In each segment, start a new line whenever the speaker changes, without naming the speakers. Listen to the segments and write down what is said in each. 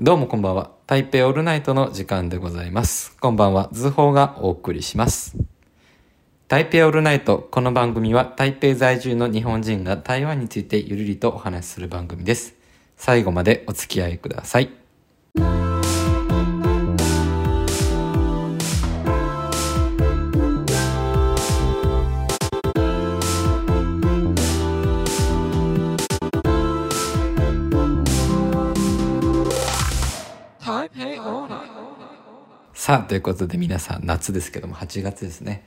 どうもこんばんは。台北オールナイトの時間でございます。こんばんは。図報がお送りします。台北オールナイト。この番組は台北在住の日本人が台湾についてゆるりとお話しする番組です。最後までお付き合いください。さあ、ということで皆さん、夏ですけども、8月ですね。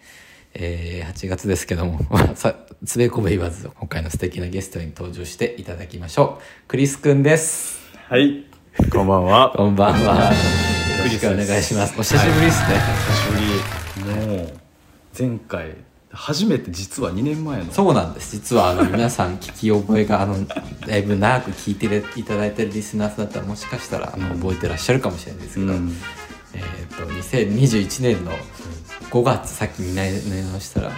えー8月ですけども、 まあさつべこべ言わず、今回の素敵なゲストに登場していただきましょう。クリスくんです。
はい、こんばんは。
こんばんは。よろしくお願いします。お久しぶりですね。
久しぶり。もう前回初めて実は2年前の
そうなんです。実はあの皆さん聞き覚えがあのだいぶ長く聞いていただいてるリスナーさんだったらもしかしたらあの
うん
覚えてらっしゃるかもしれないですけど、
うん
えっと2021年の5月さっき見直したら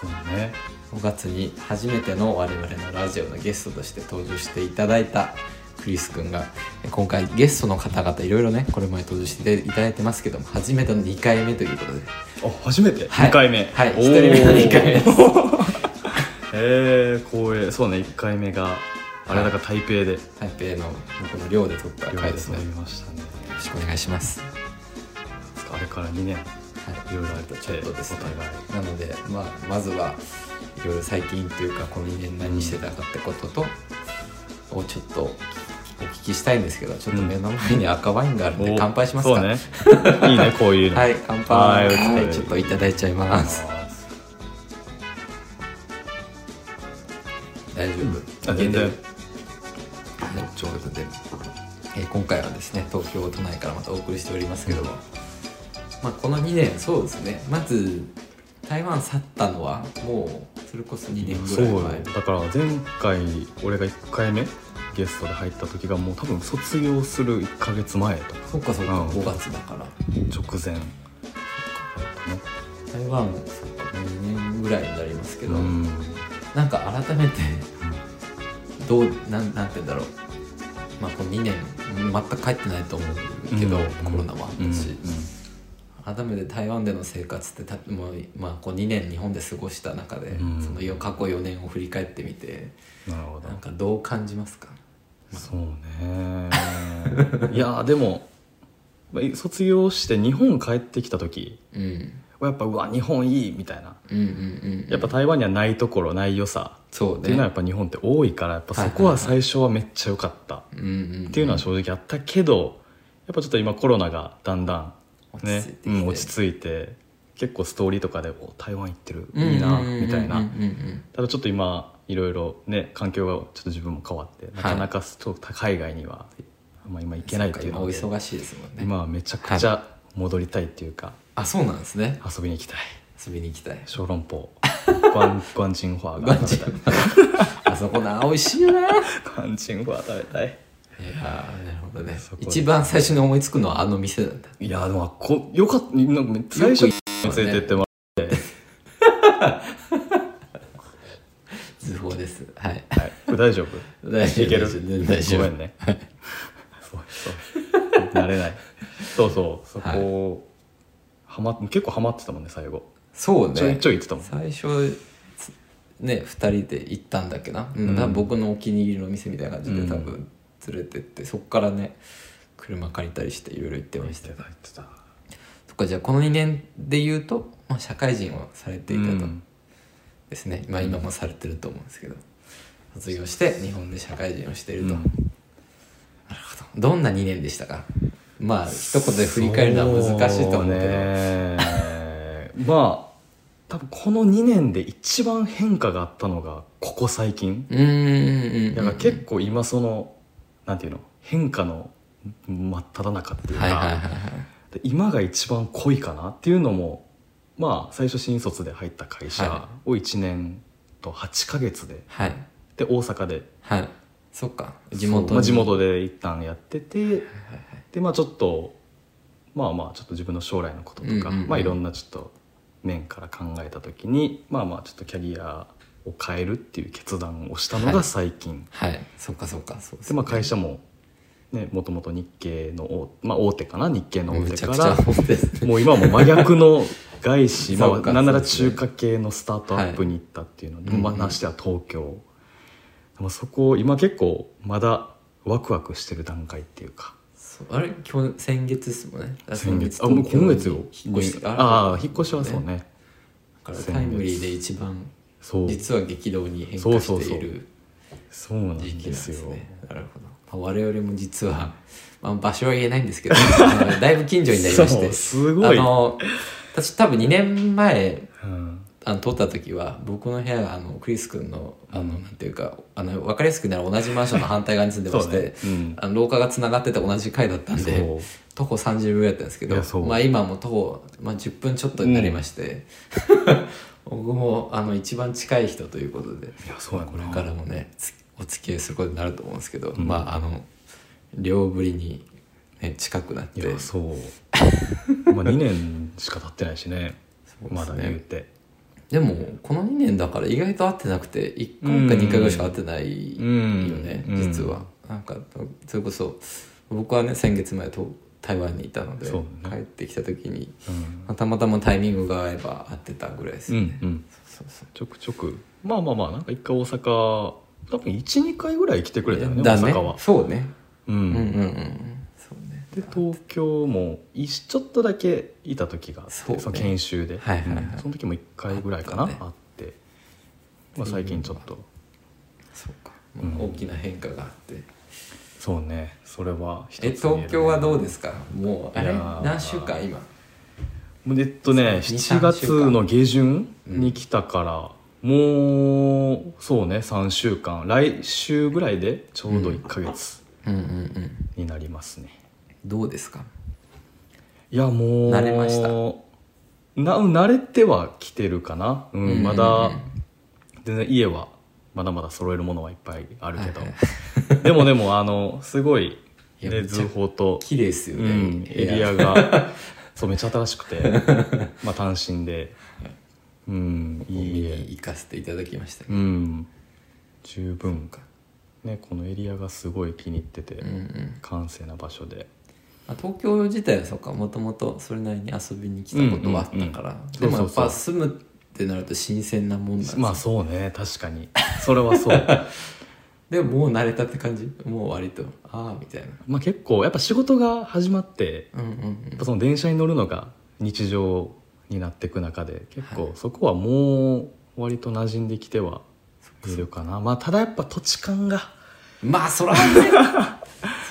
そうね。
5月に初めての我々のラジオのゲストとして登場していただいたクリス君がえ今回ゲストの方々いろいろねこれまで登場していただいてますけども初めての2回目ということで
あ、初めて、
はい
2回目。
はい
おー
1人目の2回目です。
えー、光栄。そうね、1回目があれだから台北で
台北のこの寮で撮った
料
回
理
です
遊
ね
び
よ
ましたね。
ろしくお願いします
あれから2年
はい
ろいろあって
ちょっとですね
お互い
なので、まあ、まずはいろいろ最近というかこの2年何してたかってことと、をちょっとお聞きしたいんですけどちょっと目の前に赤ワインがあるんで、
お
乾杯しますか
そうね。いいね、こういうの。
はい乾杯
はいお疲れ
ちょっといただいちゃいます大丈夫、
あ
いけ
全然
てるはいということで、えー今回はですね東京都内からまたお送りしておりますけども、まあ、この2年そうですねまず台湾去ったのはもうそれこそ2年ぐ
そう
らい
よ
前
だから前回俺が1回目ゲストで入った時がもう多分卒業する1ヶ月前とか
そっかそっか、
うん
5月だから
直前
台湾そっか2年ぐらいになりますけど、
うん
なんか改めてどうなんなんて言うんだろうまあこの2年全く帰ってないと思うけど、
うん
コロナはあったし、
う
改めて台湾での生活ってたもう、まあ、こう2年日本で過ごした中で、
うん
そのよ過去4年を振り返ってみて
んなるほど
なんかどう感じますか
そうねいやーでもまあ卒業して日本帰ってきた時
うん
はやっぱうわ日本いいみたいな
うんうんうん
やっぱ台湾にはないところない良さ
そう
っていう
ね
のはやっぱ日本って多いからやっぱそこは最初はめっちゃ良かった
うんうん、
っていうのは正直あったけどやっぱちょっと今コロナがだんだん
落ち着い
ね
てきて
うん落ち着いて結構ストーリーとかで「お台湾行ってる
うんうんうん
いいな」みたい
うんう
なんただちょっと今いろいろね環境がちょっと自分も変わってなかなかちょっと海外にはあんま今行けないっていう
そ
の
っ
で
か今お忙しいですもんね、
今はめちゃくちゃ戻りたいっていうか
あそうなんですね
遊びに行きたい
遊びに行きた い
小籠 包グアングアンチンファーが食べたい
あそこな美味しいよないや
グアンチンファー食べたい
ーなるほどね
そこ
一番最初に思いつくのはあの店なんだ
いやでもこよかったなんかめっちゃ最初に
よく行くよね
連れてってもらって
図法ですはい
はい、これ大丈夫
大丈夫
いける
大丈夫
ごめんねそうそう慣れないそうそうそこ、はま結構ハマってたもんね最後
そうね
ちょいちょい言ってたもん
最初つね2人で行ったんだっけな,、
ん
な僕のお気に入りの店みたいな感じ
う
で
ん
多分連れてって、そっからね車借りたりしていろいろ行ってましたよ
入ってた
そっかじゃあこの2年で言うと、まあ、社会人をされていたと、
うん
ですね、まあ、今もされてると思うんですけど卒業して日本で社会人をしていると、
うん
なるほどどんな2年でしたかまあ一言で振り返るのは難しいと思うけど
そうね まあ多分この2年で一番変化があったのがここ最近
うーんうんうんうん
だから結構今そのなんていうの変化の真っ只中っていうか、
はいはいはいはい
で今が一番濃いかなっていうのもまあ最初新卒で入った会社
は
を1年と8ヶ月で
はい
で大阪で
はいそっか地元
まあ、
に
地元で一旦やっててでまあちょっとまあまあちょっと自分の将来のこととか、
うんうんうん
まあ、いろんなちょっと面から考えた時にまあまあちょっとキャリアを変えるっていう決断をしたのが最近、
はいそっかそっかそう
でまあ会社もね、もともと日系の大,、まあ、大手かな日系の大
めち
手
ゃ
か
くちゃ
ら
本ですね
もう今はもう真逆の 外資ま
そうか
あ、なんなら
そうですね
中華系のスタートアップに行ったっていうので、
はい
まあ、
うんうん
ましては東京、でもそこ今結構まだワクワクしてる段階っていうか
そうあれ今日先月ですもんねあ
先月あ
東京
もう
に
今月よ
引っ越して
ああ引っ越しはそうね
だからタイムリーで一番
そう
実は激動に変化
そうそう
し
そ
ていうる
そうなん
時期なん
で
です
よ
すねなるほど、まあ、我々も実は、まあ、場所は言えないんですけどあ のだいぶ近所になりまし
そう
て
すごい
あの私多分2年前
うん
あの撮った時は僕の部屋があのクリス君のあのなんていうかあの分かりやすくなら同じマンションの反対側に住んでまして、
そうねうん
あの廊下がつながってて同じ階だったんで
そ
徒歩30秒やったんですけど
いやそう
まあ、今はもう徒歩、まあ、10分ちょっとになりまして、 僕もあの一番近い人ということで
いやそうやこ
これからもねつお付き合いすることになると思うんですけど、
ん
まああの両ぶりに、ね、近くなって
いやそうまあ2年しか経ってないし ね
うですね
まだ言うて
でもこの2年だから意外と会ってなくて1回か2回ぐらいしか会ってないよね、
うん
実は、なんかそれこそ僕はね先月までと台湾にいたので、
そうね
帰ってきた時に
うん
たまたまタイミングが合えば会ってたぐらいです
う
よ
ん
ね、
うん
そうそう
ちょくちょくまあまあまあなんか一回大阪多分12回ぐらい来てくれたよね
だ
大
ね
阪は、
そうね、
うん
うん、うんうんうんそうね
で東京も一ちょっとだけいた時があって
そうね
その研修で、
はいはいはい
その時も1回ぐらいかな
あっ
あっ,、
たね
て、まあ、最近ちょっと
そうか、
うん
大きな変化があって
そうねそれは一つ
え
言えるね
東京はどうですかもうあれ
いやー
何週間今
えっとね
2
7月の下旬
うん
に来たから、もうそうね3週間来週ぐらいでちょうど1ヶ月
うんうんうん
になりますね、
どうですか
いやもう
慣れました
な慣れてはきてるかな、うん
うんうんうん
まだ全然家はまだまだ揃えるものはいっぱいあるけど、
はいは
でもでもあのすごい
いや
ね
めっちゃ
図法と、
綺麗ですよ
う
ね、
ん、
部
エ
屋
リ アがそうめっちゃ新しくてまあ単身で、うん
見
いい
に
家
行かせていただきましたけ
う
ど
ん十分ねこのエリアがすごい気に入ってて、
うんうん
閑静な場所で
まあ東京自体はそうかもともとそれなりに遊びに来たことはあったから、
うんうんうん
でもや
そ
っ
うそうそう
ぱ住むってなると新鮮なもんなんですよ
まあそうね確かにそれは そう
でももう慣れたって感じもう割とああみたいな
まあ、結構やっぱ仕事が始まって
うんうんう
やっ
ん
ぱその電車に乗るのが日常になっていく中で結
はい
構そこはもう割と馴染んできては
そっか
いるかな、まあただやっぱ土地勘が
まあそ らねそ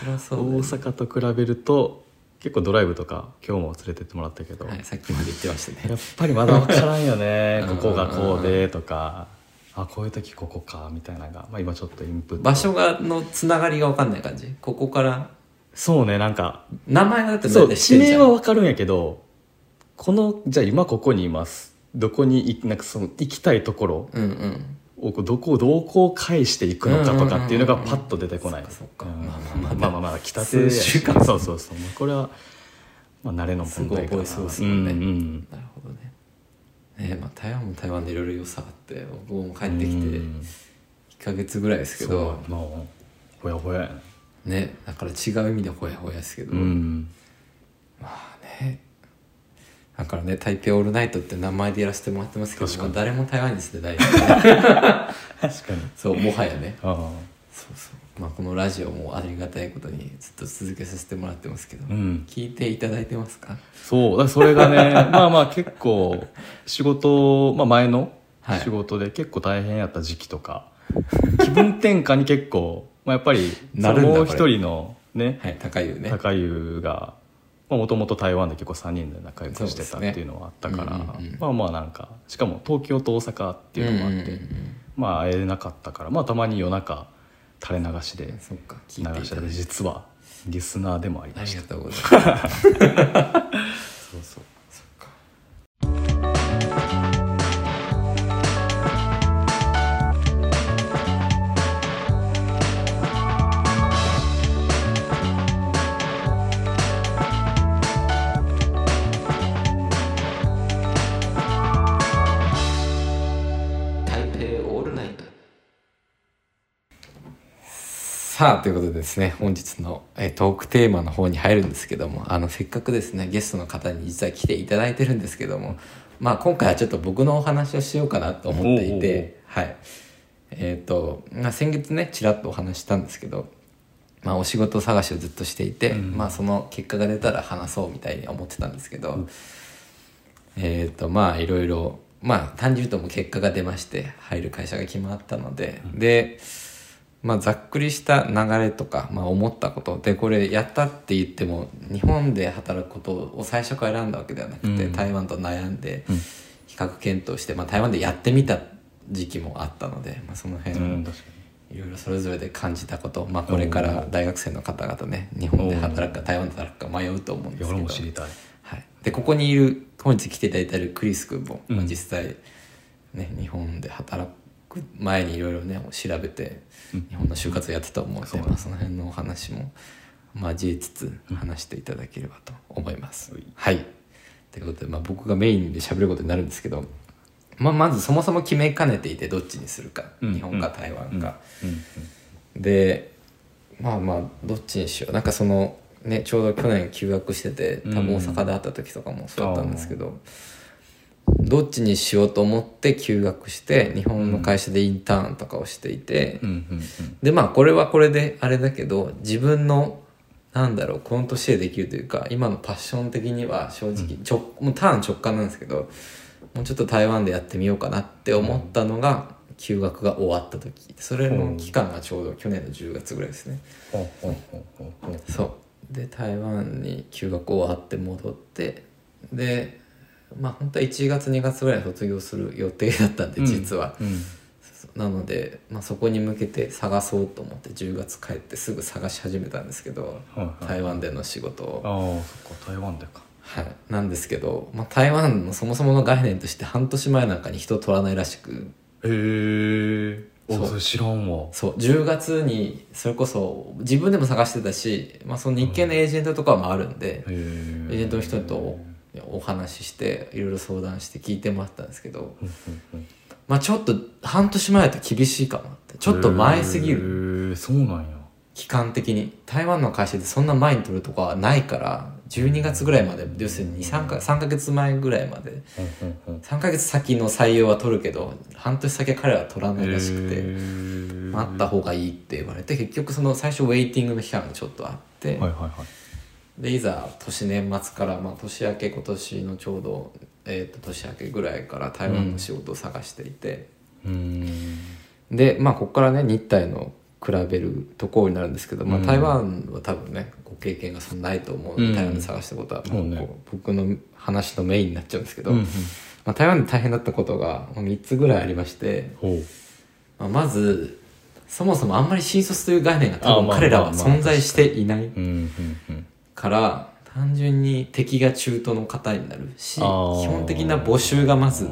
ら
大
そうだよね
阪と比べると結構ドライブとか今日も連れてってもらったけど、
はい、さっきまで言ってました
や
ね
っぱりまだ分からんよね
うん
ここがこうでとかあこういう時ここかみたいなのが、まあ、今ちょっとインプット
場所がのつながりが分かんない感じここから
そうねなんか
名前がだって
そ
大
う
体知
地
ってるじ
名
ゃ
は
ん
わかるんやけどこのじゃあ今ここにいますどこにいなんかその行きたいところ
うんうん
をこうどこをどうこう返していくのかとかっていうのが
うんうんうん
パッと出てこない
そっかそっか
うん
ま
ま
あ
あ
ま
ま
あま
あま
あ
あまあ来たてやし
数週間
そうそうそうまあこれは、まあ、慣れの問題か
すぐ覚
な
えそうですもんね
うんうん
なるほどねねまあ、台湾も台湾でいろいろ良さあって僕も帰ってきて
う
1
ん
ヶ月ぐらいですけど、
そうもうほやほややね
ねだから違う意味でほやほやですけど、
うん
まあねだからね「台北オールナイト」って名前でやらせてもらってますけど
確かに
まあ誰も台湾に住んで ないんでね
確かに
そうもはやね
あ
そうそう、まあ、このラジオもありがたいことにずっと続けさせてもらってますけど、
あうん
聞いていただいてますか
そう、だからそれ がね、まあまあ結構、仕事、まあ前の
はい
仕事で結構大変やった時期とか、気分転換に結構、まあやっぱり、
なるんだ
もう
こ
一
れ
人のね、
はい高湯ね
高湯が、もともと台湾で結構3人で仲良くしてたっていうのはあったから、
そうですねうんうんうん
まあまあなんか、しかも東京と大阪っていうのもあって、
うんうんうん
まあ会えなかったから、まあたまに夜中、垂れ流しで
うんそっか聞
流
いてい
し
た
て
だ
て
いて
実はリスナーでもあり
あ
まし
り
た
が。とうございます
そうそう
そっか台北オールナイトさあということでですね本日のえートークテーマの方に入るんですけどもあのせっかくですねゲストの方に実は来ていただいてるんですけども、まあ、今回はちょっと僕のお話をしようかなと思っていてはいえっ、と、まあ、先月ねちらっとお話ししたんですけど、まあ、お仕事探しをずっとしていて、
うん
まあ、その結果が出たら話そうみたいに思ってたんですけど、えっ、とまあいろいろまあ単純に言うともう結果が出まして入る会社が決まったので、でまあ、ざっくりした流れとか、まあ、思ったことでこれやったって言っても日本で働くことを最初から選んだわけではなくて、
うん
台湾と悩んで
うん
比較検討して、まあ、台湾でやってみた時期もあったので、まあ、その辺、
うん確か
いろいろそれぞれで感じたこと、まあ、これから大学生の方々ね日本で働くか台湾で働くか迷うと思うん
にい
で
や
すけ
俺
ど
も知りたい
はい、でここにいる本日来ていただいているクリス君も、
うん
まあ実際、ね、日本で働く前にいろいろね調べて
うん
日本の就活をやってたと思うので、
そうだね
まあ、その辺のお話も交えつつ話していただければと思います。
はい
はいということで、まあ、僕がメインで喋ることになるんですけど、まあ、まずそもそも決めかねていてどっちにするか、
うん
日本か台湾か。
うんうん
でまあまあどっちにしようなんかそのねちょうど去年休学してて多分大阪で会った時とかもそうだったんですけど、どっちにしようと思って休学して日本の会社でインターンとかをしていて、
うんうん
でまあこれはこれであれだけど自分のなんだろうこの年でできるというか今のパッション的には正直ちょ、もうターン直感なんですけどもうちょっと台湾でやってみようかなって思ったのが、休学が終わった時それの期間がちょうど去年の10月ぐらいですね。
ほうほうほうほうほう
そうで台湾に休学終わって戻ってでまあ本当は1月2月ぐらいに卒業する予定だったんで、
うん
実は。
うん
なので、まあ、そこに向けて探そうと思って10月帰ってすぐ探し始めたんですけど
はいはい
台湾での仕事を、
ああそっか台湾でか
はい、なんですけど、まあ、台湾のそもそもの概念として半年前なんかに人を取らないらしく
へえ
そ
お
う
それ知らんわ
そう10月にそれこそ自分でも探してたし、まあ、その日系のエージェントとかもあるんで、
へえエ
エージェントの人とお話ししていろいろ相談して聞いてもらったんですけど、まあ、ちょっと半年前だと厳しいかなってちょっと前すぎる
るへえそうなんや
期間的に台湾の会社でそんな前に取るとかはないから12月ぐらいまで要するに3か3ヶ月前ぐらいまで
ほうほうほう
3ヶ月先の採用は取るけど半年先は彼らは取らないらしくて
て
待った方がいいって言われて結局その最初ウェイティングの期間がちょっとあって、
はいはいはい
でいざ年年末から、まあ、年明け今年のちょうど、えーと年明けぐらいから台湾の仕事を探していて。
うーん
でまあここからね日体の比べるところになるんですけど、まあ、
うん
台湾は多分ねご経験がそんなないと思うので、
うん
台湾で探したことは、
そうね
こう僕の話のメインになっちゃうんですけど、
うんうん
まあ、台湾で大変だったことが3つぐらいありまして、
ほう
まあ、まずそもそもあんまり新卒という概念が多
あ
分
まあ
彼らは
まあまあ
存在していない
うんうんうん
から単純に敵が中東の方になるし基
あー
本的な募集がまず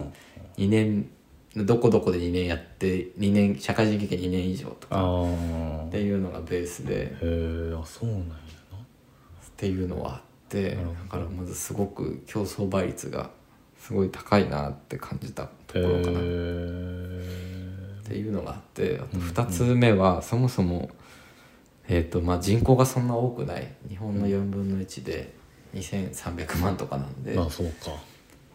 2年どこどこで2年やって2年社会人経験2年以上とか
ああ
っていうのがベースで
へえあそうなんや
っていうのはあってだ
なるほど
からまずすごく競争倍率がすごい高いなって感じたとこ
な
ろかなっ
へ
ていうのがあってあと2つ目はそもそも、えーとまあ、人口がそんな多くない日本の4分の1で2300万とかなんで
え。まあそうか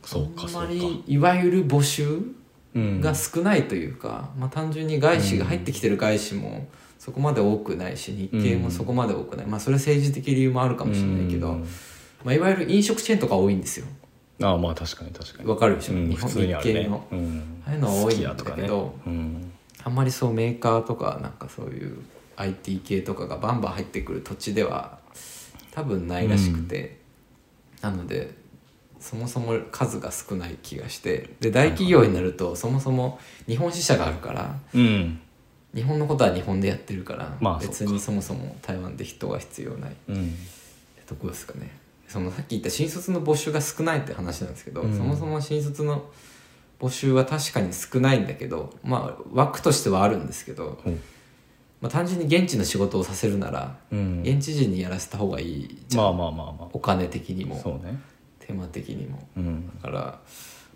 そう
あ
か
ん
そ
ま
うか
りいわゆる募集
うん
が少ないというか、まあ、単純に外資が入ってきてる外資もそこまで多くないし日系もそこまで多くない、まあ、それは政治的理由もあるかもしれないけど、
うん
まあ、いわゆる飲食チェーンとか多いんですよ
ああまあ確かに確かに
わかるでしょ、
うん
日本
普通にある
日系
ね
の
うん
ああいうのは多いんだ
好きやとか
け
ね
ど、
うん
あんまりそうメーカーとかなんかそういう IT 系とかがバンバン入ってくる土地では多分ないらしくて、なのでそもそも数が少ない気がしてで大企業になるとそもそも日本支社があるから
うん
日本のことは日本でやってるから、
まあ
別にそもそも台湾で人が必要ないって
うん
とこですかねそのさっき言った新卒の募集が少ないって話なんですけど、
うん
そもそも新卒の募集は確かに少ないんだけどまあ枠としてはあるんですけど、
ほう
まあ、単純に現地の仕事をさせるなら
うん
現地人にやらせた方がいいじゃん、
まあまあまあま
お金的に
あ
も
そうね
手間的にも
うん
だから、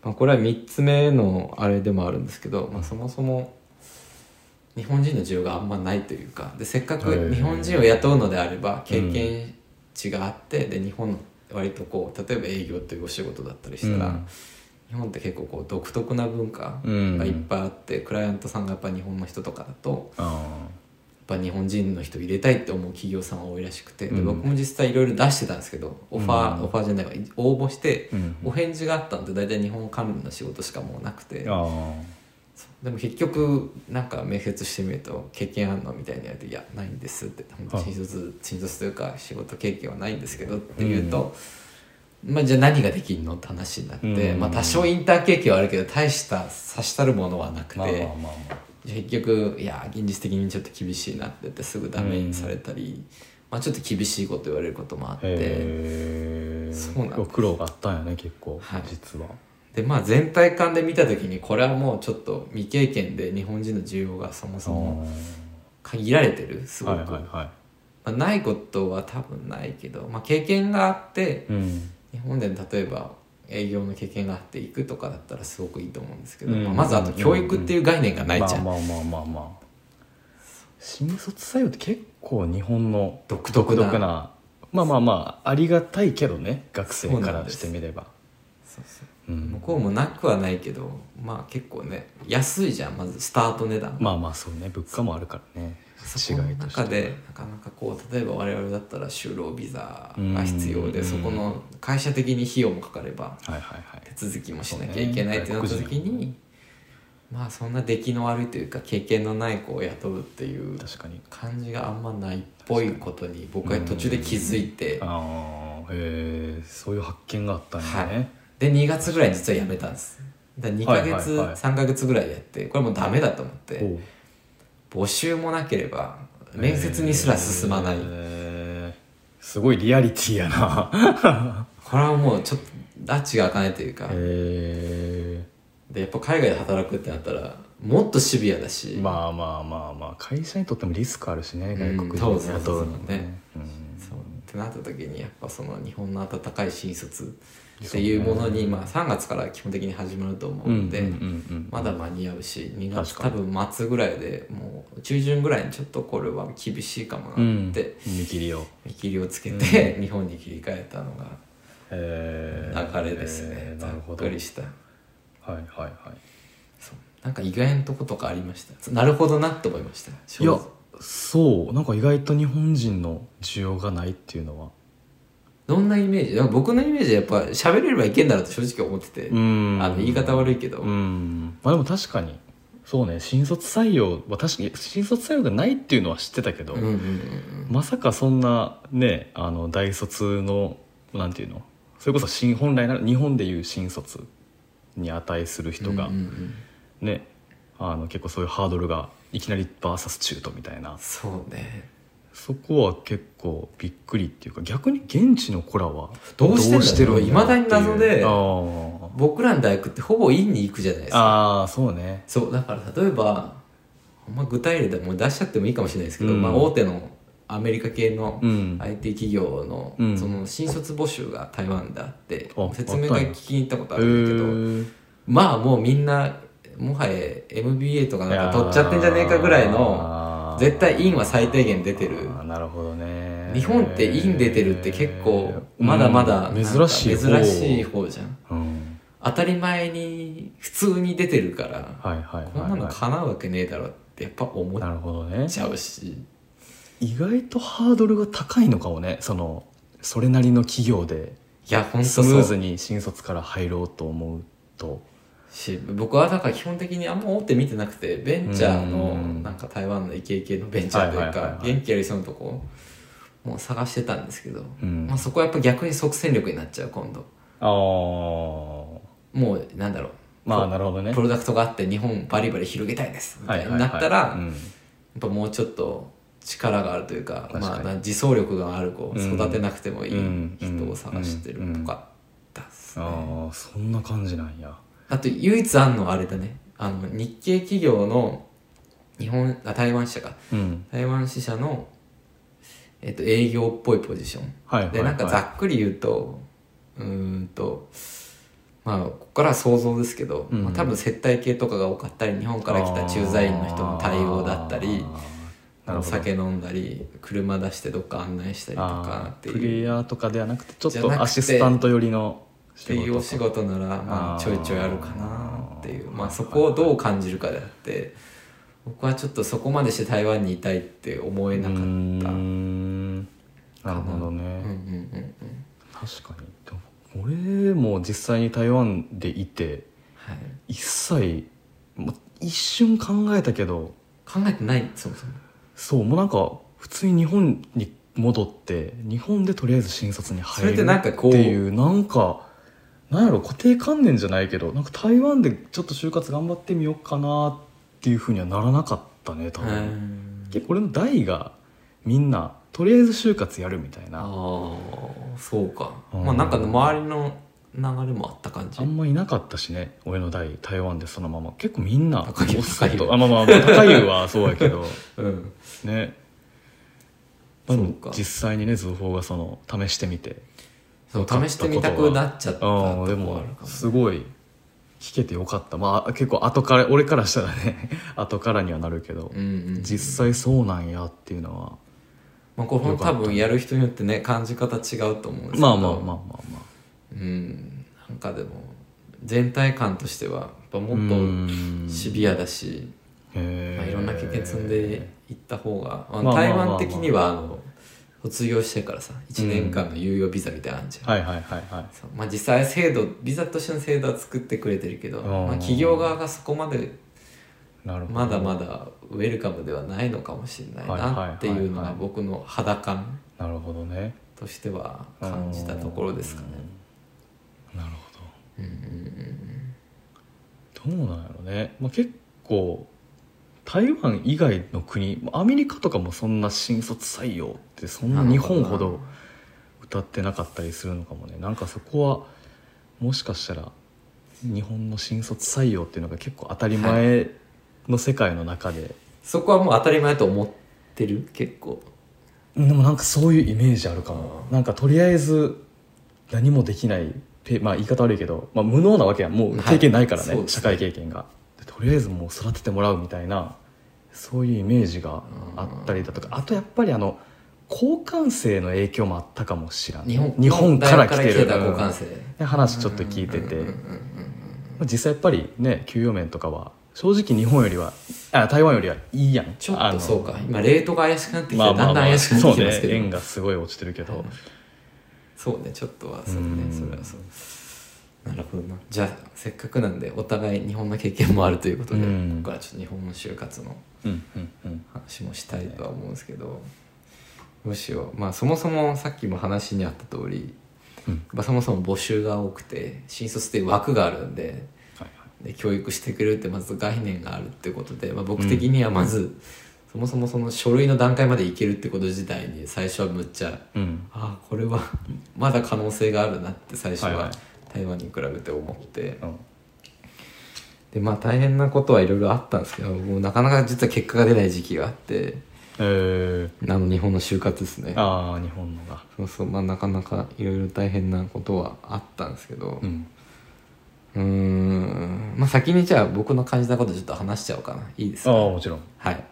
まあ、これは3つ目のあれでもあるんですけど、まあ、そもそも日本人の需要があんまないというかでせっか
へー
く日本人を雇うのであれば経験値があって、で日本の割とこう例えば営業というお仕事だったりしたら、
うん
日本って結構こう独特な文化
うん
がいっぱいあって、クライアントさんがやっぱ日本の人とかだと
あ
やっぱ日本人の人入れたいって思う企業さんが多いらしくて、で
うん
僕も実際いろいろ出してたんですけどオファー、
うん
オファーじゃないわ応募して
ーうん
お返事があったんで大体日本関連の仕事しかもうなくて。
あ
そうでも結局なんか面接してみると経験あんのみたいに言われて「いやないんです」って「本当
あ
新卒新卒というか仕事経験はないんですけど」って言うと、まあ、じゃあ何ができんのって話になって、
うん
まあ、多少インターン経験はあるけど大した差したるものはなく
ー
て、
まあまあまあまあ
結局いや現実的にちょっと厳しいなって言ってすぐダメにされたり、まあ、ちょっと厳しいこと言われることもあって。
へえ
そうなんです
苦労があったんやね結構、
はい
実は
でまあ、全体感で見た時にこれはもうちょっと未経験で日本人の需要がそもそも限られてるす
あー
ご
はい
く、
はいは
まあ、ないことは多分ないけど、まあ、経験があって
いうん
日本で例えば営業の経験があって行くとかだったらすごくいいと思うんですけど、
うん
まあ、まずあと教育っていう概念がないじゃん、
まあまあまあまあまあ新卒採用って結構日本の
独特な
なまあまあまあありがたいけどね学生
そう
か
なん
ら
で
し
す
てみれば
そうそう
う、ん
向こうもなくはないけどまあ結構ね安いじゃんまずスタート値段、
まあまあそうね物価もあるからね
そこの
違いと
中
し
で
て
なかなかこう例えば我々だったら就労ビザが必要で
うん
そこの会社的に費用もかかれば
はいはいはい
手続きもしなきゃいけないってなった時
そう
に、まあそんな出来の悪いというか経験のない子を雇うっていう
確かに
感じがあんまないっぽいことに僕は途中で気づいて、
ああへえそういう発見があったんやね、
で2月ぐらいに実は辞めたんですだ2ヶ月、
はいはいはい
3ヶ月ぐらいやってこれもうダメだと思っ
お
て
う
募集もなければ面接にすら進まない、
えーすごいリアリティや な
これはもうちょっと拉致が開かないというか、
え
でやっぱ海外で働くってなったらもっとシビアだし、
ーまあまあまあまあ会社にとってもリスクあるしね
うん
外国人を
そうそうそう
雇うの
ね
ねうん
そうってなった時にやっぱその日本の温かい新卒っていうものに、まあ、3月から基本的に始まると思う
うんん
で、
うんうん
まだ間に合うし2月多
確か
分末ぐらいでもう中旬ぐらいにちょっとこれは厳しいかも
う
なっ
ん
て
見切りを
見切りをつけて、日本に切り替えたのが
えー
流れですね、
えーなるほど
ざっく
はい
りした
はいはい
そうなんか意外なとことかありましたなるほどなって思いました
いやそうなんか意外と日本人の需要がないっていうのは
どんなイメージなんか僕のイメージはやっぱ喋れればいけんだろうと正直思ってて、
うん
あの言い方悪いけど、
うんまあでも確かにそうね新卒採用は確かに新卒採用がないっていうのは知ってたけど、
うんうんうん
まさかそんなねあの大卒のなんていうのそれこそ新本来なら日本でいう新卒に値する人が、
うんうんうん
ねあの結構そういうハードルがいきなり VS 中途みたいな
そうね
そこは結構びっくりっていうか逆に現地の子らは
どうしてんだろう
んろうってう
未だに謎で
あー
僕らの大学ってほぼ院に行くじゃないですか
あーそうね
そうだから例えばほんま具体例でもう出しちゃってもいいかもしれないですけど、
うん
まあ、大手のアメリカ系の
うん
IT 企業の,、
うん
その新卒募集が台湾であって、
あ
説明
あっ
が
たんや
聞きに行ったことあるんだけど、
へー
まあもうみんなもはや MBA とかなんか取っちゃってんじゃねえかぐらいの
の
絶対院は最低限出てる
なるほどね
日本って院出てるって結構まだまだ
うん
なんか
珍しい方
珍しい方じゃん
うん
当たり前に普通に出てるから、
はいはいはい、
こ
は
んな
い、
の叶うわけねえだろってやっぱ思
な
っ
るほどね
ちゃうし
意外とハードルが高いのかもねそのそれなりの企業で
いや本当
ス
そう
ムーズに新卒から入ろうと思うと
し僕はだから基本的にあんま大手見てなくてベンチャー
う
の
ん
なんか台湾のイケイケのベンチャーという
はいはいはい
か
はい
元気ありそうなとこもう探してたんですけど、
うん
まあ、そこはやっぱ逆に即戦力になっちゃう今度
あー
もうなんだろう
まあなるほどね
プロダクトがあって日本バリバリ広げたいですみたいになったら、
はいはいはいうん
やっぱもうちょっと力があるというか
確かに
まあ、自走力がある子を
うん
育てなくてもいい
うん
人を探してるとかだっすね、
ああそんな感じなんや
あと唯一あんのはあれだねあの日系企業の日本あ台湾支社か
うん
台湾支社の、えっと営業っぽいポジション
はいはいはい
でなんかざっくり言うとうーんとまあ、ここからは想像ですけど、
うん
まあ、多分接待系とかが多かったり日本から来た駐在員の人の対応だったり
あーなるほど
酒飲んだり車出してどっか案内したりとか
あ
って
ープレイ
いうっ
ヤーとかではなくてちょっ
じゃなくて
とアシスタント寄りの
ていうお仕事ならま
あ
あ
ー
ちょいちょいあるかなっていうまあそこをどう感じるかであって僕はちょっとそこまでして台湾にいたいって思えなかった
うー
うん
んなるほどね、
うんうんうん
確かにでも俺も実際に台湾でいて
はい
一切もう一瞬考えたけど
考えてないそもそも
そうもうなんか普通に日本に戻って日本でとりあえず新卒に
それ
入
っ
る
てなんかこう
っていうなんかなんやろ固定観念じゃないけどなんか台湾でちょっと就活頑張ってみようかなっていうふうにはならなかったね多分、
うん
結構俺の代がみんなとりあえず就活やるみたい
あ
な
あそうか、
うん
まあなんか周りの流れもあった感じ
あんまいなかったしね俺の代台湾でそのまま結構みんな
高いよ
おっそっと
高いよ
あまあまあまあ高湯はそうやけ ど
うん
ね
そうか
でも実際にね図法がその試してみて
そう試してみたくなっちゃったと
うんで
こ
も
あるかも
すごい聞けてよかったまあ結構後から俺からしたらね 後からにはなるけど、
うんうんうん
実際そうなんやっていうのは
まあこれも
よか
多
った
分やる人によってね感じ方違うと思うんですけど
まあまあまあまあまあ
うんなんかでも全体感としてはやっぱもっと
と
シビアだし、まあ、いろんな経験積んでいった方が、まあ
まあまあ
台
まあま
湾
あ
的にはあの卒業してからさ1年間の猶予ビザみたいなのあるじゃん、
はいはいはいはい
そうまあ、実際制度ビザとしての制度は作ってくれてるけど、
うん
まあ、企業側がそこまで
なるほど
まだまだウェルカムではないのかもしれない
はいはいはい
な
はい
っていうのが僕の肌感
なるほどね
としては感じたところですかね。
うんなるほ
う
ど
んうん
どうなんやろね、まあ、結構台湾以外の国まあアメリカとかもそんな新卒採用ってそんな日本ほど歌ってなかったりするのかもねなんかそこはもしかしたら日本の新卒採用っていうのが結構当たり前の世界の中で、
そこはもう当たり前と思ってる結構
でもなんかそういうイメージあるかもなんかとりあえず何もできないペまあ言い方悪いけど、まあ、無能なわけやんもう経験ないからね,、
はいそうです
社
ね
会経験がでとりあえずもう育ててもらうみたいなそういうイメージがあったりだとかあとやっぱりあの交換生の影響もあったかもしらん
日本
から来て
日本
る
から交換
うん
生
で話ちょっと聞いてて、
うんうんうん
まあ実際やっぱりね給与面とかは正直日本よりはあ台湾よりはいいやん
ちょ
あ
っ
の
とそうか今レートが怪しくなってきて
ま
だ
あ
ん
まあ
だん
まあ
怪しくなって
そう
きてま
ね
すけど、
円がすごい落ちてるけど、
はいそうねちょっとはそう
うん
ねそれはそうなるほどなじゃあせっかくなんでお互い日本の経験もあるということで、
うん
ここからちょっと日本の就活の
うんうんうん
話もしたいとは思うんですけどどうしようまあそもそもさっきも話にあった通り、
うん
まあ、そもそも募集が多くて新卒っていう枠があるんで
はい
で教育してくれるってまず概念があるってことで、まあ、僕的にはまず、そもそもその書類の段階までいけるってこと自体に最初はむっちゃ
うん
ああこれはまだ可能性があるなって最初
はいは
はい台湾に比べて思って、
うん
でまあ大変なことはいろいろあったんですけどもうなかなか実は結果が出ない時期があって
えー、
あの日本の就活ですね
ああ日本のが
そうそうまあなかなかいろいろ大変なことはあったんですけど
うん
うーんまあ先にじゃあ僕の感じたことちょっと話しちゃおうかないいです
ああ
か
もちろん
はい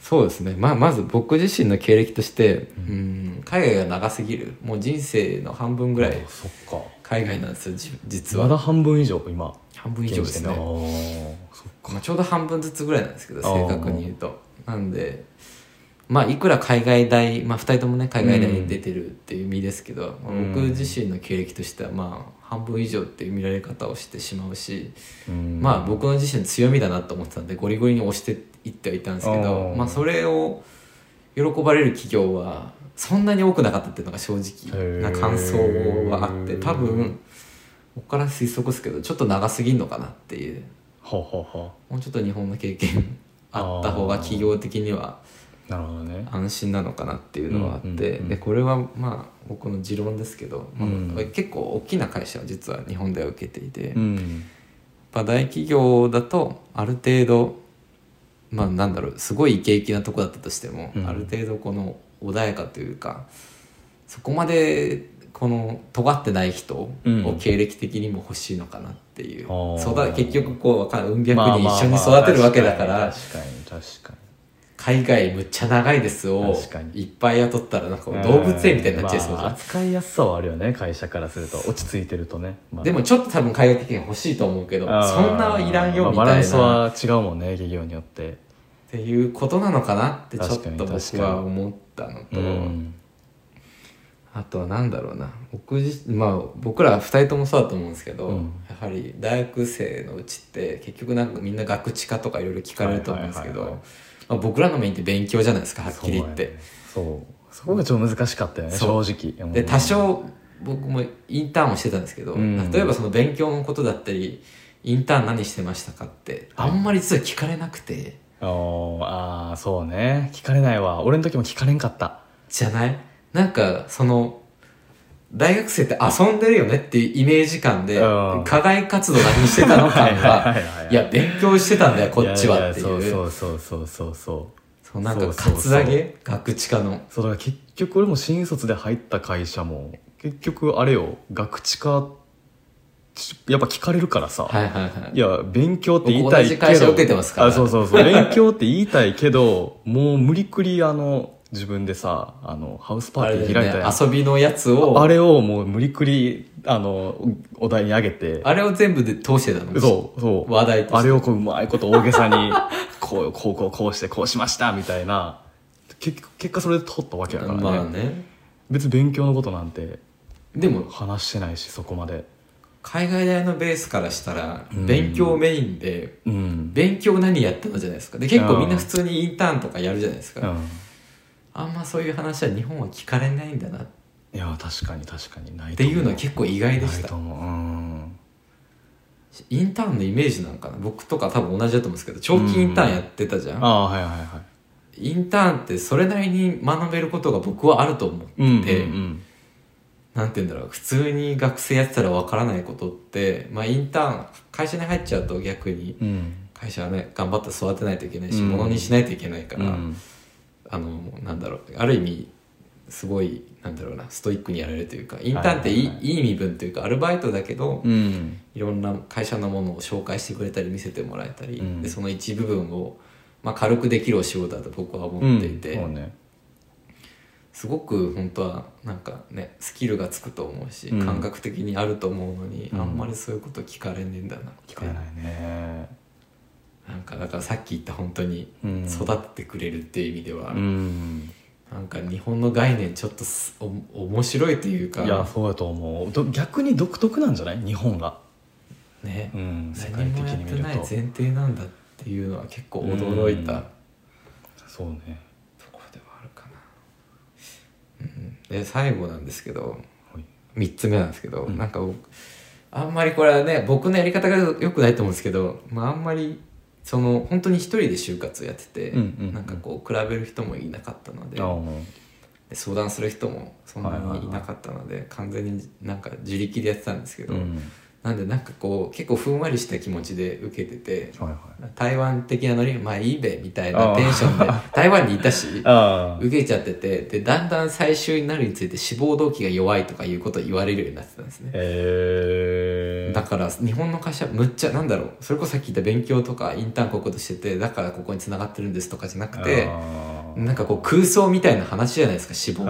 そうですね、まあ、まず僕自身の経歴として、うーん、海外が長すぎるもう人生の半分ぐらい
あそっか
海外なんですよじ実
ま
は
だ半分以上今
半分以上ですね
現時点でああそっか
まあ、ちょうど半分ずつぐらいなんですけど
あ
正
ー
確に言うとなんでまあいくら海外大、まあ、2人ともね海外大に出てるっていう意味ですけど、まあ
うん
僕自身の経歴としてはまあ半分以上っていう見られ方をしてしまうし、
うん
まあ僕の自身の強みだなと思ってたんでゴリゴリに押していってはいたんですけ
あ
ど
ー
まあそれを喜ばれる企業はそんなに多くなかったっていうのが正直な感想はあっ
へ
て
ー
多分ここから推測ですけどちょっと長すぎんのかなっていう
ほうほうほ
もうちょっと日本の経験 あった方が企業的には
うなるほどね
安心なのかなっていうのはあって、
うんうんうん
でこれはまあ僕の持論ですけど、まあ
うん
結構大きな会社は実は日本では受けていて。
うん
まあ、大企業だとある程度まあなんだろうすごいイケイケなとこだったとしても、
うん
ある程度この穏やかというかそこまでこの尖ってない人を
うん
経歴的にも欲しいのかなっていう、
あー
そうだ結局こうわかんうん百
まあ
人
まあ
一緒に育てるわけだから、
確かに確かに
海外むっちゃ長いですを
確かに
いっぱい雇ったらなんか
確かに
動物園みたいになっちゃいそうじゃん、
まあ扱いやすさはあるよね会社からすると落ち着いてるとね、まあ
でもちょっと多分海外経験欲しいと思うけどそ
あー
んないらんよみ
ま
たい
あバ
なっ
ランスは違うもんね企業によって
ていうことなのかなってちょっと
確かに確
僕
かに
は思ったのと、
うん
あとはなんだろうな僕自まあ僕ら2人ともそうだと思うんですけど、
うん
やはり大学生のうちって結局なんかみんな学知化とかいろいろ聞かれると思うんですけ
はいはい
ど
はい
まあ僕らのメインって勉強じゃないですかはっきり言って。
そうやねそうそこがちょっと難しかったよね
そ
正
う
直
で
うん
多少僕もインターンをしてたんですけど、
うん
例えばその勉強のことだったりインターン何してましたかってあんまり実は聞かれなくて
おーああそうね聞かれないわ俺の時も聞かれんかった
じゃないなんかその大学生って遊んでるよねっていうイメージ感で
うん
課外活動何してたのかと
はい
か
はいはいはい
いや勉強してたんだよこっちはっていう
ややそうそうそうそうそう
そうなんか
そ
カ
うそう
ツ
そう
アゲ学知科の
そうだから結局俺も新卒で入った会社も結局あれよ学知化ちやっぱ聞かれるからさ、
はいはいはい
いや勉強って言いたい
僕同
けど
じ会社受けてますから
あそうそうそう勉強って言いたいけどもう無理くりあの自分でさあのハウスパ
あ
ー
れ
ティー
で
開いた
ね
やん
遊びのやつを
あ
あれ
れをもう無理くりあのお題にあげて
を全部で通してたの
そうそう
話題として
あれをこううまいこと大げさに こうこうこうこうしてこうしましたみたいな結局結果それで取ったわけだからね,、
まあね
別に勉強のことなんて
でも
話してないしそこまで
海外大のベースからしたら
うん
勉強メインで
うん、
勉強何やったのじゃないですかで結構みんな普通にインターンとかやるじゃないです
う
か
ん、
あんまそういう話は日本は聞かれないんだなっ
いや確かに確かにない
て
と思
いうのは結構意外でし
ないと
た
思ううん
インターンのイメージなんかな僕とか多分同じだと思うんですけど長期インターンやってたじゃ
あ
ん
あはいはいはい
インターンってそれなりに学べることが僕はあると思ってて、
うんうん
なんて言うんだろう普通に学生やってたらわからないことってまあインターン会社に入っちゃうと逆に
うんうん
会社はね頑張って育てないといけないし、
うん
ものにしないといけないから、
うん
あのなんだろうある意味すごいなんだろうなストイックにやられるというかインターンっていい,、
はいいはい
い、身分というかアルバイトだけど、
うん
いろんな会社のものを紹介してくれたり見せてもらえたり、
うん
でその一部分を、まあ、軽くできるお仕事だと僕は思っていて、
うんそうね
すごく本当はなんかねスキルがつくと思うし、
うん
感覚的にあると思うのに、
うん
あんまりそういうこと聞かれねえんだなって
聞かれないね
なんかだからさっき言った本当に
うん
育ててくれるっていう意味では、
うん
なんか日本の概念ちょっとすお面白いというか
いやそうやと思うど逆に独特なんじゃない日本が
ね、
うん世界
何
的
もやっ
に
て
見る
ない
と
前提なんだっていうのは結構驚いた
うんそうね
ところではあるかな、うん、で最後なんですけど
はい
3つ目なんですけど、
うん
なんか僕あんまりこれはね僕のやり方が良くないと思うんですけど、まあ、あんまりその本当に一人で就活をやってて、
うんうんうん
なんかこう比べる人もいなかったので
あー
で相談する人もそんなにいなかったので、完全になんか自力でやってたんですけど、
うん
なんでなんかこう結構ふんわりした気持ちで受けてて
はいはい
台湾的なノリまあいいべみたい
あ
な
ー
テンション で台湾にいたし
あ
受けちゃっててでだんだん最終になるについて志望動機が弱いとかいうことを言われるようになってたんですね
え
だから日本の会社むっちゃなんだろうそれこそさっき言った勉強とかインターンこういうことしててだからここに繋がってるんですとかじゃなくてなんかこう空想みたいな話じゃないですか志望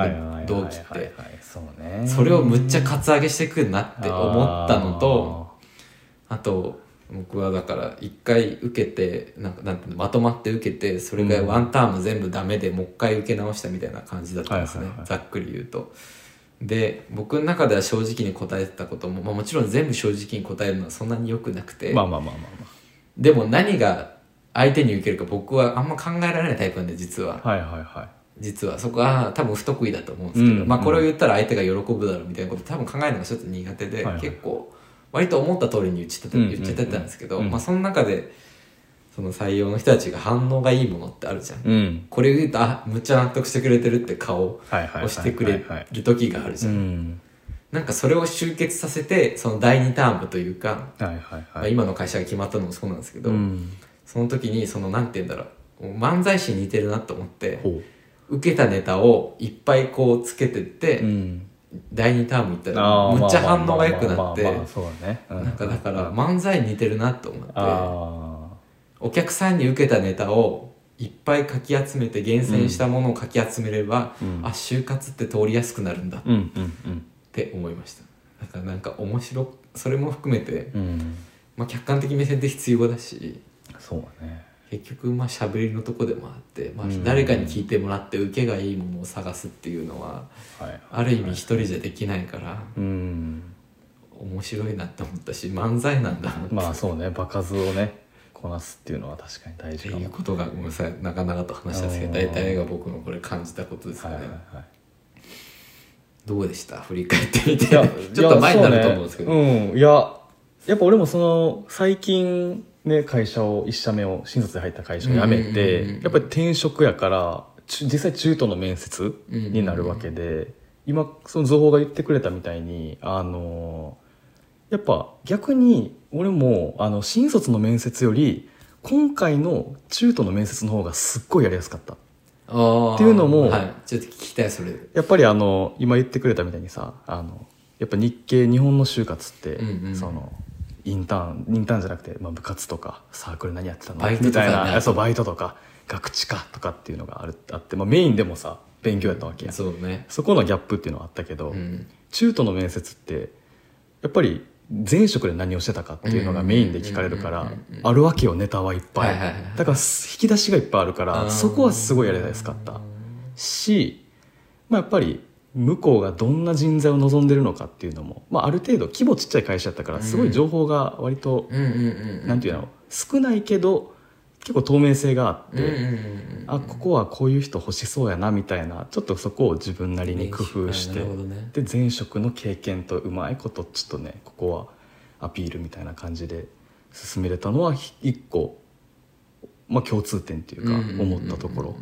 動機って
そうね
それをむっちゃ
っ
カツアゲしてくるなって思ったのとあと僕はだから一回受けてなんかなんていうのまとまって受けてそれがワンターム全部ダメでもう一回受け直したみたいな感じだったんですね、
はいはいはい
ざっくり言うと。で僕の中では正直に答えてたことも、まあ、もちろん全部正直に答えるのはそんなに良くなくて、
まあまあまあま
でも何が相手に受けるか僕はあんま考えられないタイプなんで実は
あまあはいはいは
実はそこは多分不得意だと思うんですけど、
うん
まあ、これを言ったら相手が喜ぶだろうみたいなこと多分考えるのがちょっと苦手で、
はいはい
結構割と思った通りに言っちゃって
うんうん
言っちゃってたんですけど、
うん
まあ、その中でその採用の人たちが反応がいいものってあるじゃん、
いうん
これを言うとあむっちゃ納得してくれてるって顔を
はいはいはいはい
してくれ
はい
る時があるじ
う
ゃん、
ん
なんかそれを集結させてその第2タームというか、
はいは
ま
いは
あ、
い
今の会社が決まったのもそうなんですけど、
うん
その時にそのなんて言うんだろう漫才師に似てるなと思って
ほ
受けたネタをいっぱいこうつけてって、
ううん
第2ターンも行った
あ
ら
ー
むっちゃ反応が良く
ま
なっ
あまあまあ
て
まあそうだね、う
なんかだから
うん
漫才に似てるなと思って
あ
お客さんに受けたネタをいっぱいかき集めて厳選したものをかき集めれば、
うん
あ就活って通りやすくなるんだっ
ーうんうん
て思いましただからなんか面白それも含めて、
うんうん
まあ、客観的目線って必要だし
そうだね
結局まあ喋りのとこでもあって、まあ
うん、
誰かに聞いてもらって受けがいいものを探すっていうのは
はい
ある意味一人じゃできないから
うん
面白いなって思ったし漫才なんだなって
まあそうね場数をねこなすっていうのは確かに大
って
事か
いう
も
ことがごめんなさいなかなかと話したんですけど大体が僕のこれ感じたことですよ
はい
ね、
はいはい
どうでした振り返ってみて
いや
ちょっと前になると思うんですけど、
いやそうねうんいややっぱ俺もその最近ね会社を1社目を新卒で入った会社を辞めて、
うんうんうんうん
やっぱり転職やからち実際中途の面接になるわけで、今その情報が言ってくれたみたいにあのやっぱ逆に俺もあの新卒の面接より今回の中途の面接の方がすっごいやりやすかった
あー
っていうのも
はい、ちょっと聞きたいそれ
やっぱりあの今言ってくれたみたいにさあのやっぱ日系日本の就活って、
うんうん
そのインターンインターンじゃなくて、まあ、部活とかサークル何やってたの
バイトと
み
か
た
ね
いなそうバイトとか学知かとかっていうのがあるあって、まあ、メインでもさ勉強やったわけや、
そうね
そこのギャップっていうのはあったけど、
うん
中途の面接ってやっぱり前職で何をしてたかっていうのがメインで聞かれるから、
うんうんうんうん
あるわけよネタはいっぱい,、
はいはいはい
だから引き出しがいっぱいあるからそこはすごいやりやすかった。し、まあ、やっぱり向こうがどんな人材を望んでるのかっていうのも、まあ、ある程度規模ちっちゃい会社だったからすごい情報が割と、
うんうんうん
なんていうの少ないけど結構透明性があって、
うんうんうんうん
あここはこういう人欲しそうやなみたいなちょっとそこを自分なりに工夫して、
なるほどね
で前職の経験とうまいことちょっとねここはアピールみたいな感じで進めれたのはひ一個、まあ、共通点っていうか思ったところ。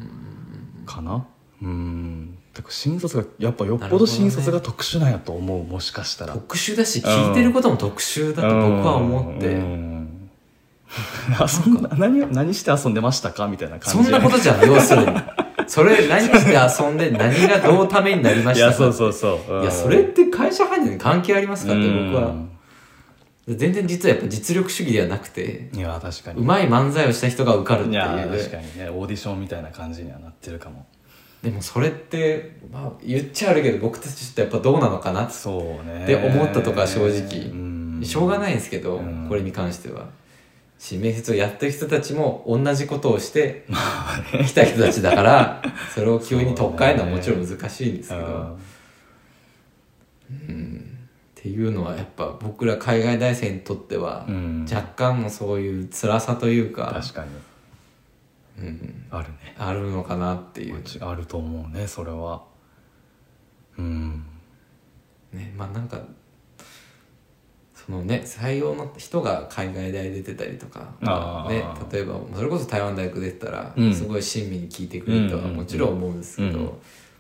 かなうんだから新卒がやっぱよっ
なるほ
ぽ
ど
ど
ね
新卒が特殊なんやと思う、もしかしたら
特殊だし聞いてることも特殊だと僕は思って、
うん遊んだ 何を何して遊んでましたかみたいな
そ
感じ
んなことじゃん要す るにそれ何して遊んで何がどうためになりま
い
した
や
か
そうそうそう、うん
いやそれって会社犯人に関係ありますかって僕
う
は
ん
全然実はやっぱ実力主義ではなくて
いや確か
う
に
まい漫才をした人が受かるって
いや
い
確
う
かにねオーディションみたいな感じにはなってるかも
でもそれって、まあ、言っちゃあるけど僕たちってやっぱどうなのかなって
そうね
って思ったとか正直
うん
しょうがないいんですけど
うん
これに関してはし面接をやってる人たちも同じことを して来た人たちだからそれを急に取っ替えるのはもちろん難しいんですけどっていうのはやっぱ僕ら海外大生にとっては
うん
若干のそういう辛さというか、
確かに
うん、
あるね
あるのかなっていう、
あると思うねそれはうん
ね、まあなんかそのね採用の人が海外大出てたりとか、
あー
ね、例えばそれこそ台湾大学出てたら、
うん
すごい親身に聞いてくれるとは
うんうんうん
もちろん思うんですけど、
うん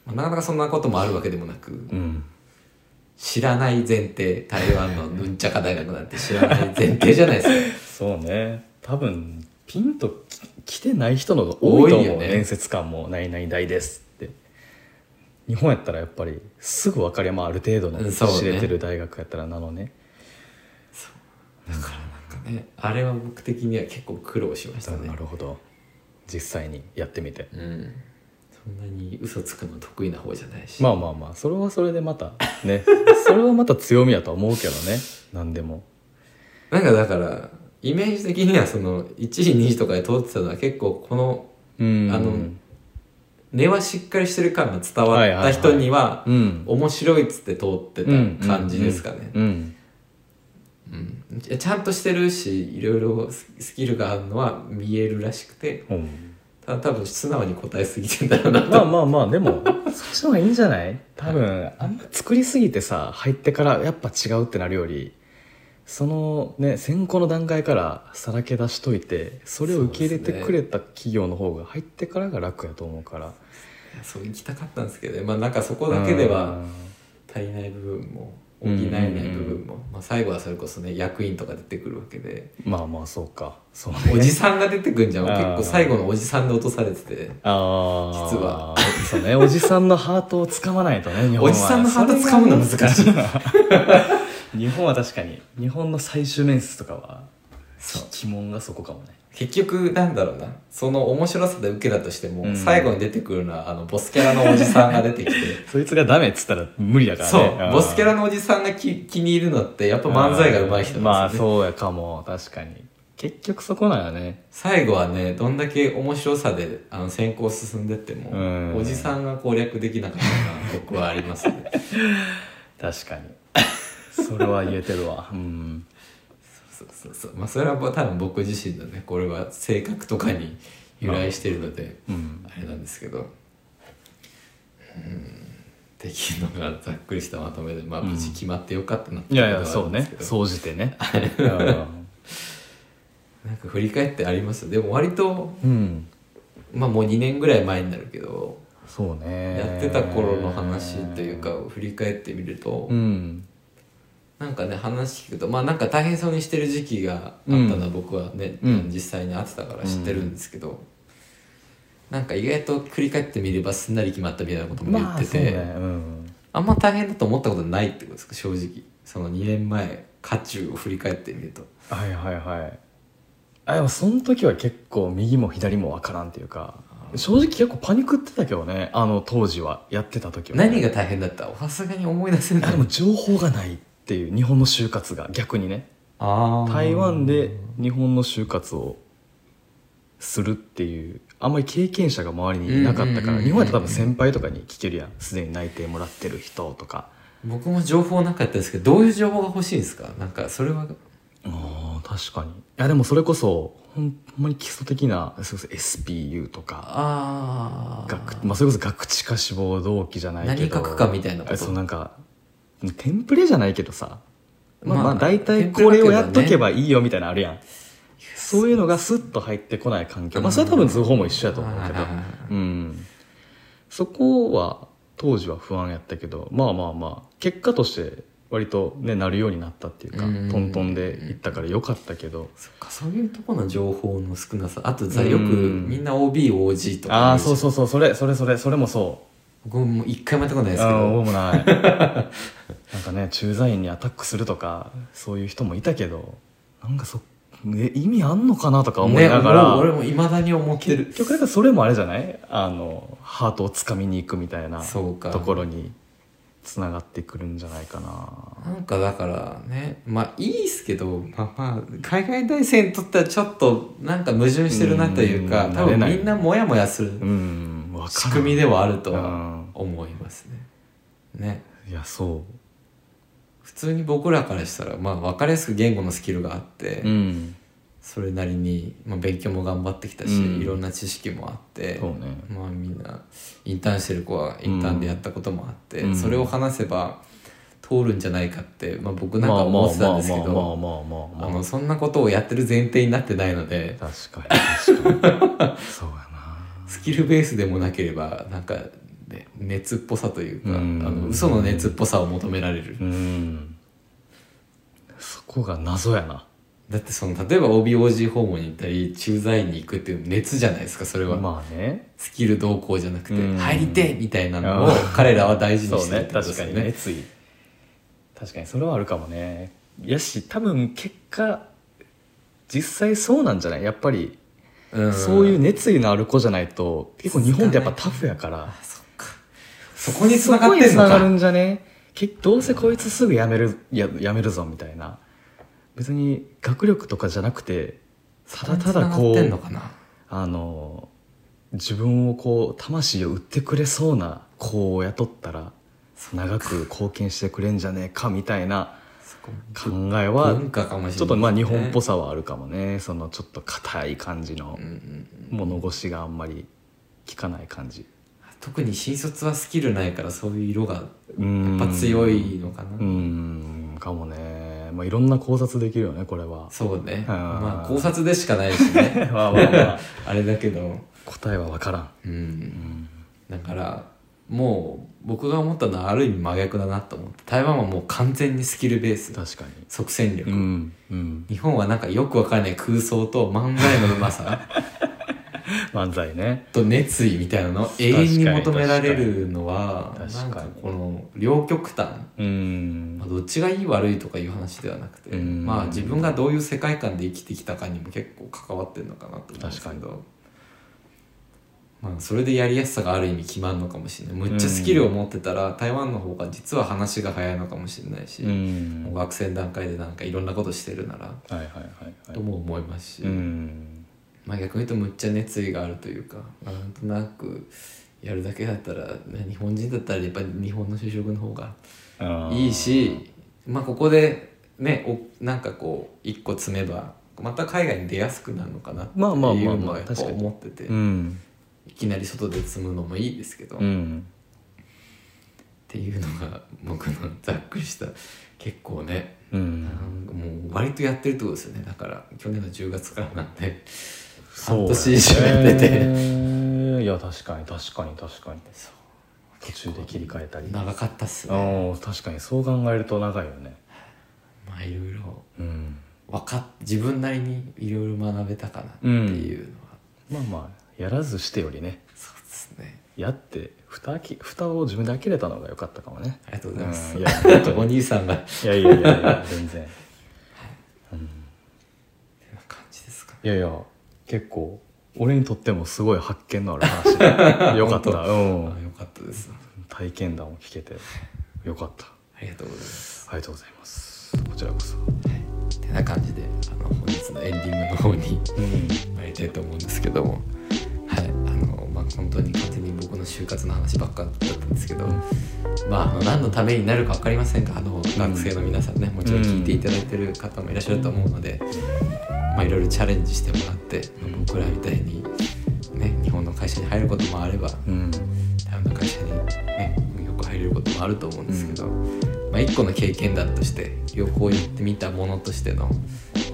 まあ、なかなかそんなこともあるわけでもなく。
うん
知らない前提台湾のヌンチャカ大学なんて知らない前提じゃない ですか
そうね多分ピンとき来てない人の方が多いと
多い
思
よ
う、
ね
面接官も「何々大です」って日本やったらやっぱりすぐ分かりまあある程度
う
の
んそうね
知れてる大学やったらなのね
ねあれは僕的には結構苦労しましたね
なるほど実際にやってみて
うんそんなに嘘つくの得意な方じゃないし、
まあまあまあそれはそれでまたね それはまた強みやとは思うけどね何でも
なんかだからイメージ的にはその1時2時とかで通ってたのは結構この
うん
あの根はしっかりしてる感が伝わった人には
うん
面白いっつって通ってた感じですかね、
うん
うんいやちゃんとしてるしいろいろススキルがあるのは見えるらしくて
うんうん
ただ多分素直に答えすぎてんだろうなと、
まあまあまあでも そっちの方がいいんじゃない多分あんま作りすぎてさ入ってからやっぱ違うってなるよりそのね選考の段階からさらけ出しといてそれを受け入れてくれた企業の方が入ってからが楽やと思うから
そう行きたかったんですけどねまあなんかそこだけでは
うん
足りない部分も補えない部
うんうん
分も、まあ、最後はそれこそね役員とか出てくるわけで
まあまあそうかそうね
おじさんが出てくんじゃん
あ
結
ー
構最後のおじさんで落とされてて
ああ
実は
そうねおじさんのハートをつかまない とね日本は
おじさんのハート掴むの難しい
い日本は確かに日本の最終面接とかは
そう
鬼門がそこかもね
結局なんだろうなその面白さで受けたとしても、
うん
最後に出てくるのはあのボスキャラのおじさんが出てき て
そいつがダメっつったら無理だからね
そうボスキャラ
の
のおじさんがき気に入るのってやっぱ漫才が上手い人
ま
なん
あ
ですよね、
そうやかも確かに結局そこなよね
最後はねどんだけ面白さであの先行進んでっても、
うん
おじさんが攻略できなかったのは僕はあります ね
確かにそれは言えてるわうん
そうそうそうまあそれはもう多分僕自身のねこれは性格とかに由来してるので、
うん
あれなんですけどうんっていうのがざっくりしたまとめでまあ
うん
無事決まってよかったなって
い
いう
や
の
い
は
やそう
あるんです
ね
けど
総じ てねうん
なんか振り返ってありますでも割と
うん
まあもう2年ぐらい前になるけど、
そうね
やってた頃の話というか振り返ってみると、
うん
なんかね話聞くとまあなんか大変そうにしてる時期があったのは僕はね、
うん
実際に会ってたから知ってるんですけど、なんか意外と振り返ってみればすんなり決まったみたいなことも言
ま
っ
あ
て
そう
て、
ねうん
あんま大変だと思ったことないってことですか正直その2年前渦中を振り返ってみると
はいはいはいあでもその時は結構右も左もわからんっていうか正直結構パニックってたけどねあの当時はやってた時はね、
何が大変だったさすがに思い出せない
あでも情報がないっていう日本の就活が逆にね
あー
台湾で日本の就活をするっていうあんまり経験者が周りにいなか
う
ったか
んうんうんうん
ら
うん
日本やったら多分先輩とかに聞けるやんすでに内定もらってる人とか
僕も情報なかったですけどどういう情報が欲しいんですかなんかそれは
ああ確かにいやでもそれこそほんほんまに基礎的なそれこそ SPU とか
ああ
学まあ、それこそ学知化志望動機じゃないけど
何書くかみたいなこと
あそうなんかテンプレじゃないけどさまあ、まあ大
テ
体
ンプレだけ
これ
ど
を
ね
やっとけばいいよみたいなのあるやん、そういうのがスッと入ってこない環境まあそれは多分図法も一緒やと思うけど
はいはいはい
うんそこは当時は不安やったけどまあまあまあ結果として割とねなるようになったっていうか
うん
トントンでいったからよかったけど
そっかそういうとこの情報の少なさあとさ
うん
よくみんな OBOG とか言じゃん
ああそうそうそうそれそれそれそれもそう
僕ももう一回もやったことないですけ
ああ
ど
僕もないなんかね駐在員にアタックするとかそういう人もいたけどなんかそ、ね、意味あんのかなとか思いなが
ね、
ら、
俺もいまだに思ってる
結局なんかそれもあれじゃないあのハートをつかみに行くみたいな
そうか
ところにつながってくるんじゃないかな
なんかだからねまあいいっすけど、まあ、まあ海外大生にとってはちょっとなんか矛盾してるなというか
うん
多分みんなモヤモヤする
うん分かる
仕組みではあると
うん
思いますね。ね
いやそ
普通に僕らからしたらまあ分かりやすく言語のスキルがあって、
ううん
それなりに、まあ、勉強も頑張ってきたし、
うん
いろんな知識もあって
そうね
まあみんなインターンしてる子はインターンでやったこともあって、
うん
それを話せば通るんじゃないかって、まあ、僕なんか思ってたんですけ
まあ
ど
まあまあまあま
あ
あまあ
のそんなことをやってる前提になってないので
確かに確かにそうやな
スキルベースでもなければなんか、ね、熱っぽさというか、
うん
あの嘘の熱っぽさを求められる、
うんそこが謎やな
だってその例えば OBOG 訪問に行ったり駐在員に行くっていう熱じゃないですかそれは。
まあね
スキル同行じゃなくて
う
「
ん
入りて!」みたいなのを彼らは大事に
そう
してるっ
ね
てことで
確
す
か
よ
に
ね。
熱意確かにそれはあるかもねやし多分結果実際そうなんじゃないやっぱり
うん
そういう熱意のある子じゃないと結構日本ってやっぱタフやから
そっかそこに繋がってんの
そこに繋が
か
るんじゃね結どうせこいつすぐ辞めるや辞めるぞみたいな別に学力とかじゃなくてただただ
そこ
こ
に繋がってん
う
のかな
あの自分をこう魂を売ってくれそうな子を雇ったら長く貢献してくれんじゃねえかみたいな
そこ
考えは
文化かもしれない、ね、
ちょっとまあ日本っぽさはあるかもねそのちょっと硬い感じの
うんうんうん
物腰があんまり効かない感じ
特に新卒はスキルないからそういう色が
うん
やっぱ強いのかな、
うんかもねまあいろんな考察できるよねこれは
そうね
あー
まあ考察でしかないし ね
まあまあまあ
あれだけど
答えは分からん
うん
うん
だからもう僕が思ったのはある意味真逆だなと思って台湾はもう完全にスキルベース
確かに
即戦力、
うんうん
日本はなんかよくわかんない空想と漫才のうま さ
漫才ね
と熱意みたいなの永遠に求められるのは
確
なん
か
か
に
この両極端、
うん
まあ、どっちがいい悪いとかいう話ではなくて、
うん
まあ自分がどういう世界観で生きてきたかにも結構関わってるのかなと思うんですけど、まあ、それでやりやすさがある意味決まるのかもしれないむっちゃスキルを持ってたら台湾の方が実は話が早いのかもしれないし、
うん
もう学生の段階でなんかいろんなことしてるなら
はいはいはいは
と
い
も思いますし、
うん
まあ、逆に言うとむっちゃ熱意があるというかなんとなくやるだけだったら、ね、日本人だったらやっぱり日本の就職の方が
あー
いいしまあここでねおなんかこう一個詰めばまた海外に出やすくなるのかなっていう
まあまあま
の
あまあ
はやっぱ
確かに
思ってて、
うん
いきなり外で積むのもいいですけど、
う
っ
ん
ていうのが僕のざっくりした結構ね
うん
なんかもう割とやってるってことですよねだから去年の10月からなんで
そう
半年以上やってて
だよねいや確かに確かに確かに途中で切り替えたり
長かったっす
あ
ね
ー確かにそう考えると長いよね
まあいろいろ
うん
わかっ自分なりにいろいろ学べたかなっていうのは、
まあまあやらずしてよりね
そうですね
やって蓋開き蓋を自分で開けれたのが良かったかもね
ありがとうございます、
うんいや本
お兄さんが
いやいやいやい や全然、うん、
な感じですか
いやいや結構俺にとってもすごい発見のある話 でよかった、う
あ
ん、
よかったです
体験談を聞けてよかった
ありがとうございます
ありがとうございますこちらこそ、
はいてな感じであの本日のエンディングの方に
うん、
参りたいと思うんですけどもはいあのまあ本当に勝手に僕の就活の話ばっかだったんですけど、まああの何のためになるか分かりませんがあの学生の皆さんねもちろん聞いていただいてる方もいらっしゃると思うので、まあ、いろいろチャレンジしてもらって僕らみたいに、ね、日本の会社に入ることもあれば
うん
多様な会社にね運よく入れることもあると思うんですけど、まあ、一個の経験談として旅行行ってみたものとしての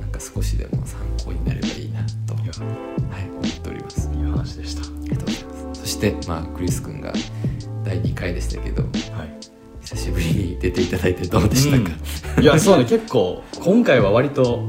なんか少しでも参考になればいいなと、はい
や
い、思っております。
いい話でした
ありがとうございますそして、まあ、クリス君が第2回でしたけど
はい
久しぶりに出ていただいてどうでしたか、
うん いやそうね結構今回は割と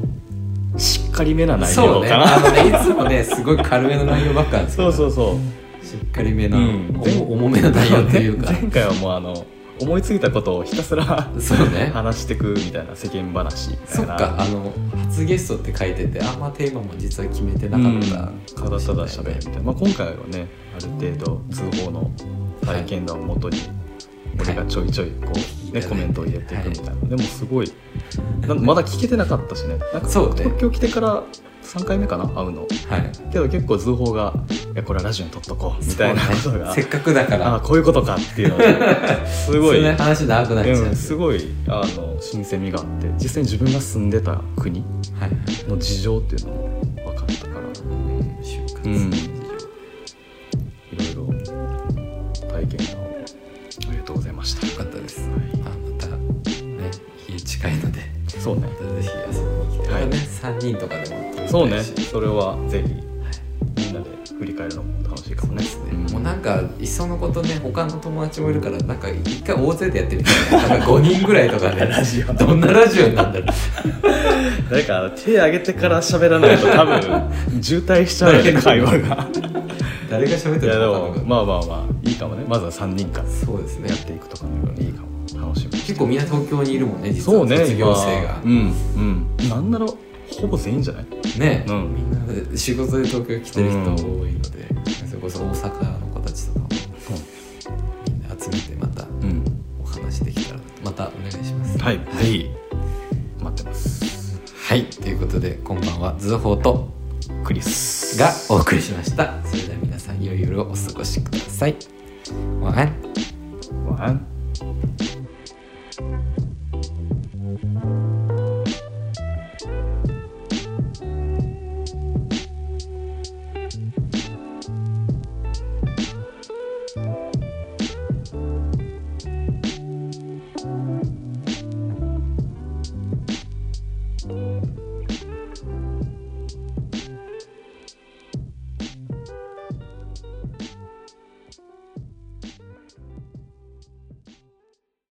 しっかりめな内
そ
容
うね
かな
あのねいつもねすごい軽めの内容ばっかなんですけ
そ
ど
うそうそう
しっかりめな、
うん
おも重めの内容というか、
ね 前回はもうあの思いついたことをひたすら
そうね
話してくみたいな世間話みた
そ
い
っ
な
かあの初ゲストって書いててあんまテーマも実は決めてなかった
うんただただ喋るみたいな、まあ、今回はねある程度通報の体験談をもとに、俺がちょいちょいこう、ね
はい
コメントを入れていくみたいな、でもすごいなまだ聞けてなかったしねなんか
そうね
東京来てから3回目かな会うの
はい
けど結構通報が「いやこれはラジオに撮っとこう」みたいなこと
そうね
が、
せっかくだか
ああ
ら
こういうことかっていうのがす
す
ごい。
話長くなっちゃう、
うん、すごいあの新鮮味があって実際に自分が住んでた国
はい
の事情っていうのも分かったから
うん就活
うんいろいろ体験談をありがとうございました
よかったです、まあ、またね家近いので
そうね
またぜひ遊びに来て、
はい
またね3人とかでも撮りたいし
そうね
そ
それはぜひみんなで振り返るのも楽しいかも
う
ね
ですねもうなんかいっそのことね他の友達もいるからなんか一回大勢でやってみたいななんか5人ぐらいとかね
ラジオ
どんなラジオになんだろう
誰か手挙げてから喋らないと多 分渋滞しちゃうよね会話が
誰が喋っ
い
てる
やで
のか分 かんない
もまあまあまあいいかもねまずは3人からや
そうですね
っていくとかのいいかも楽しみ
結構みんな東京にいるもんね実
そ
は
うね
卒業生が
今うんうんなんならほぼ全員じゃない
ね、
うん
みんな仕事で東京来てる人多いので、それこそ大阪の子たちとかもみんな集めてまた
うん
お話できたらまたお願いします
はいぜひ待ってます
はいということで今晩は図報と
クリス
がお送りしましたそれでは皆さん良い夜をお過ごしください晚安
晚安。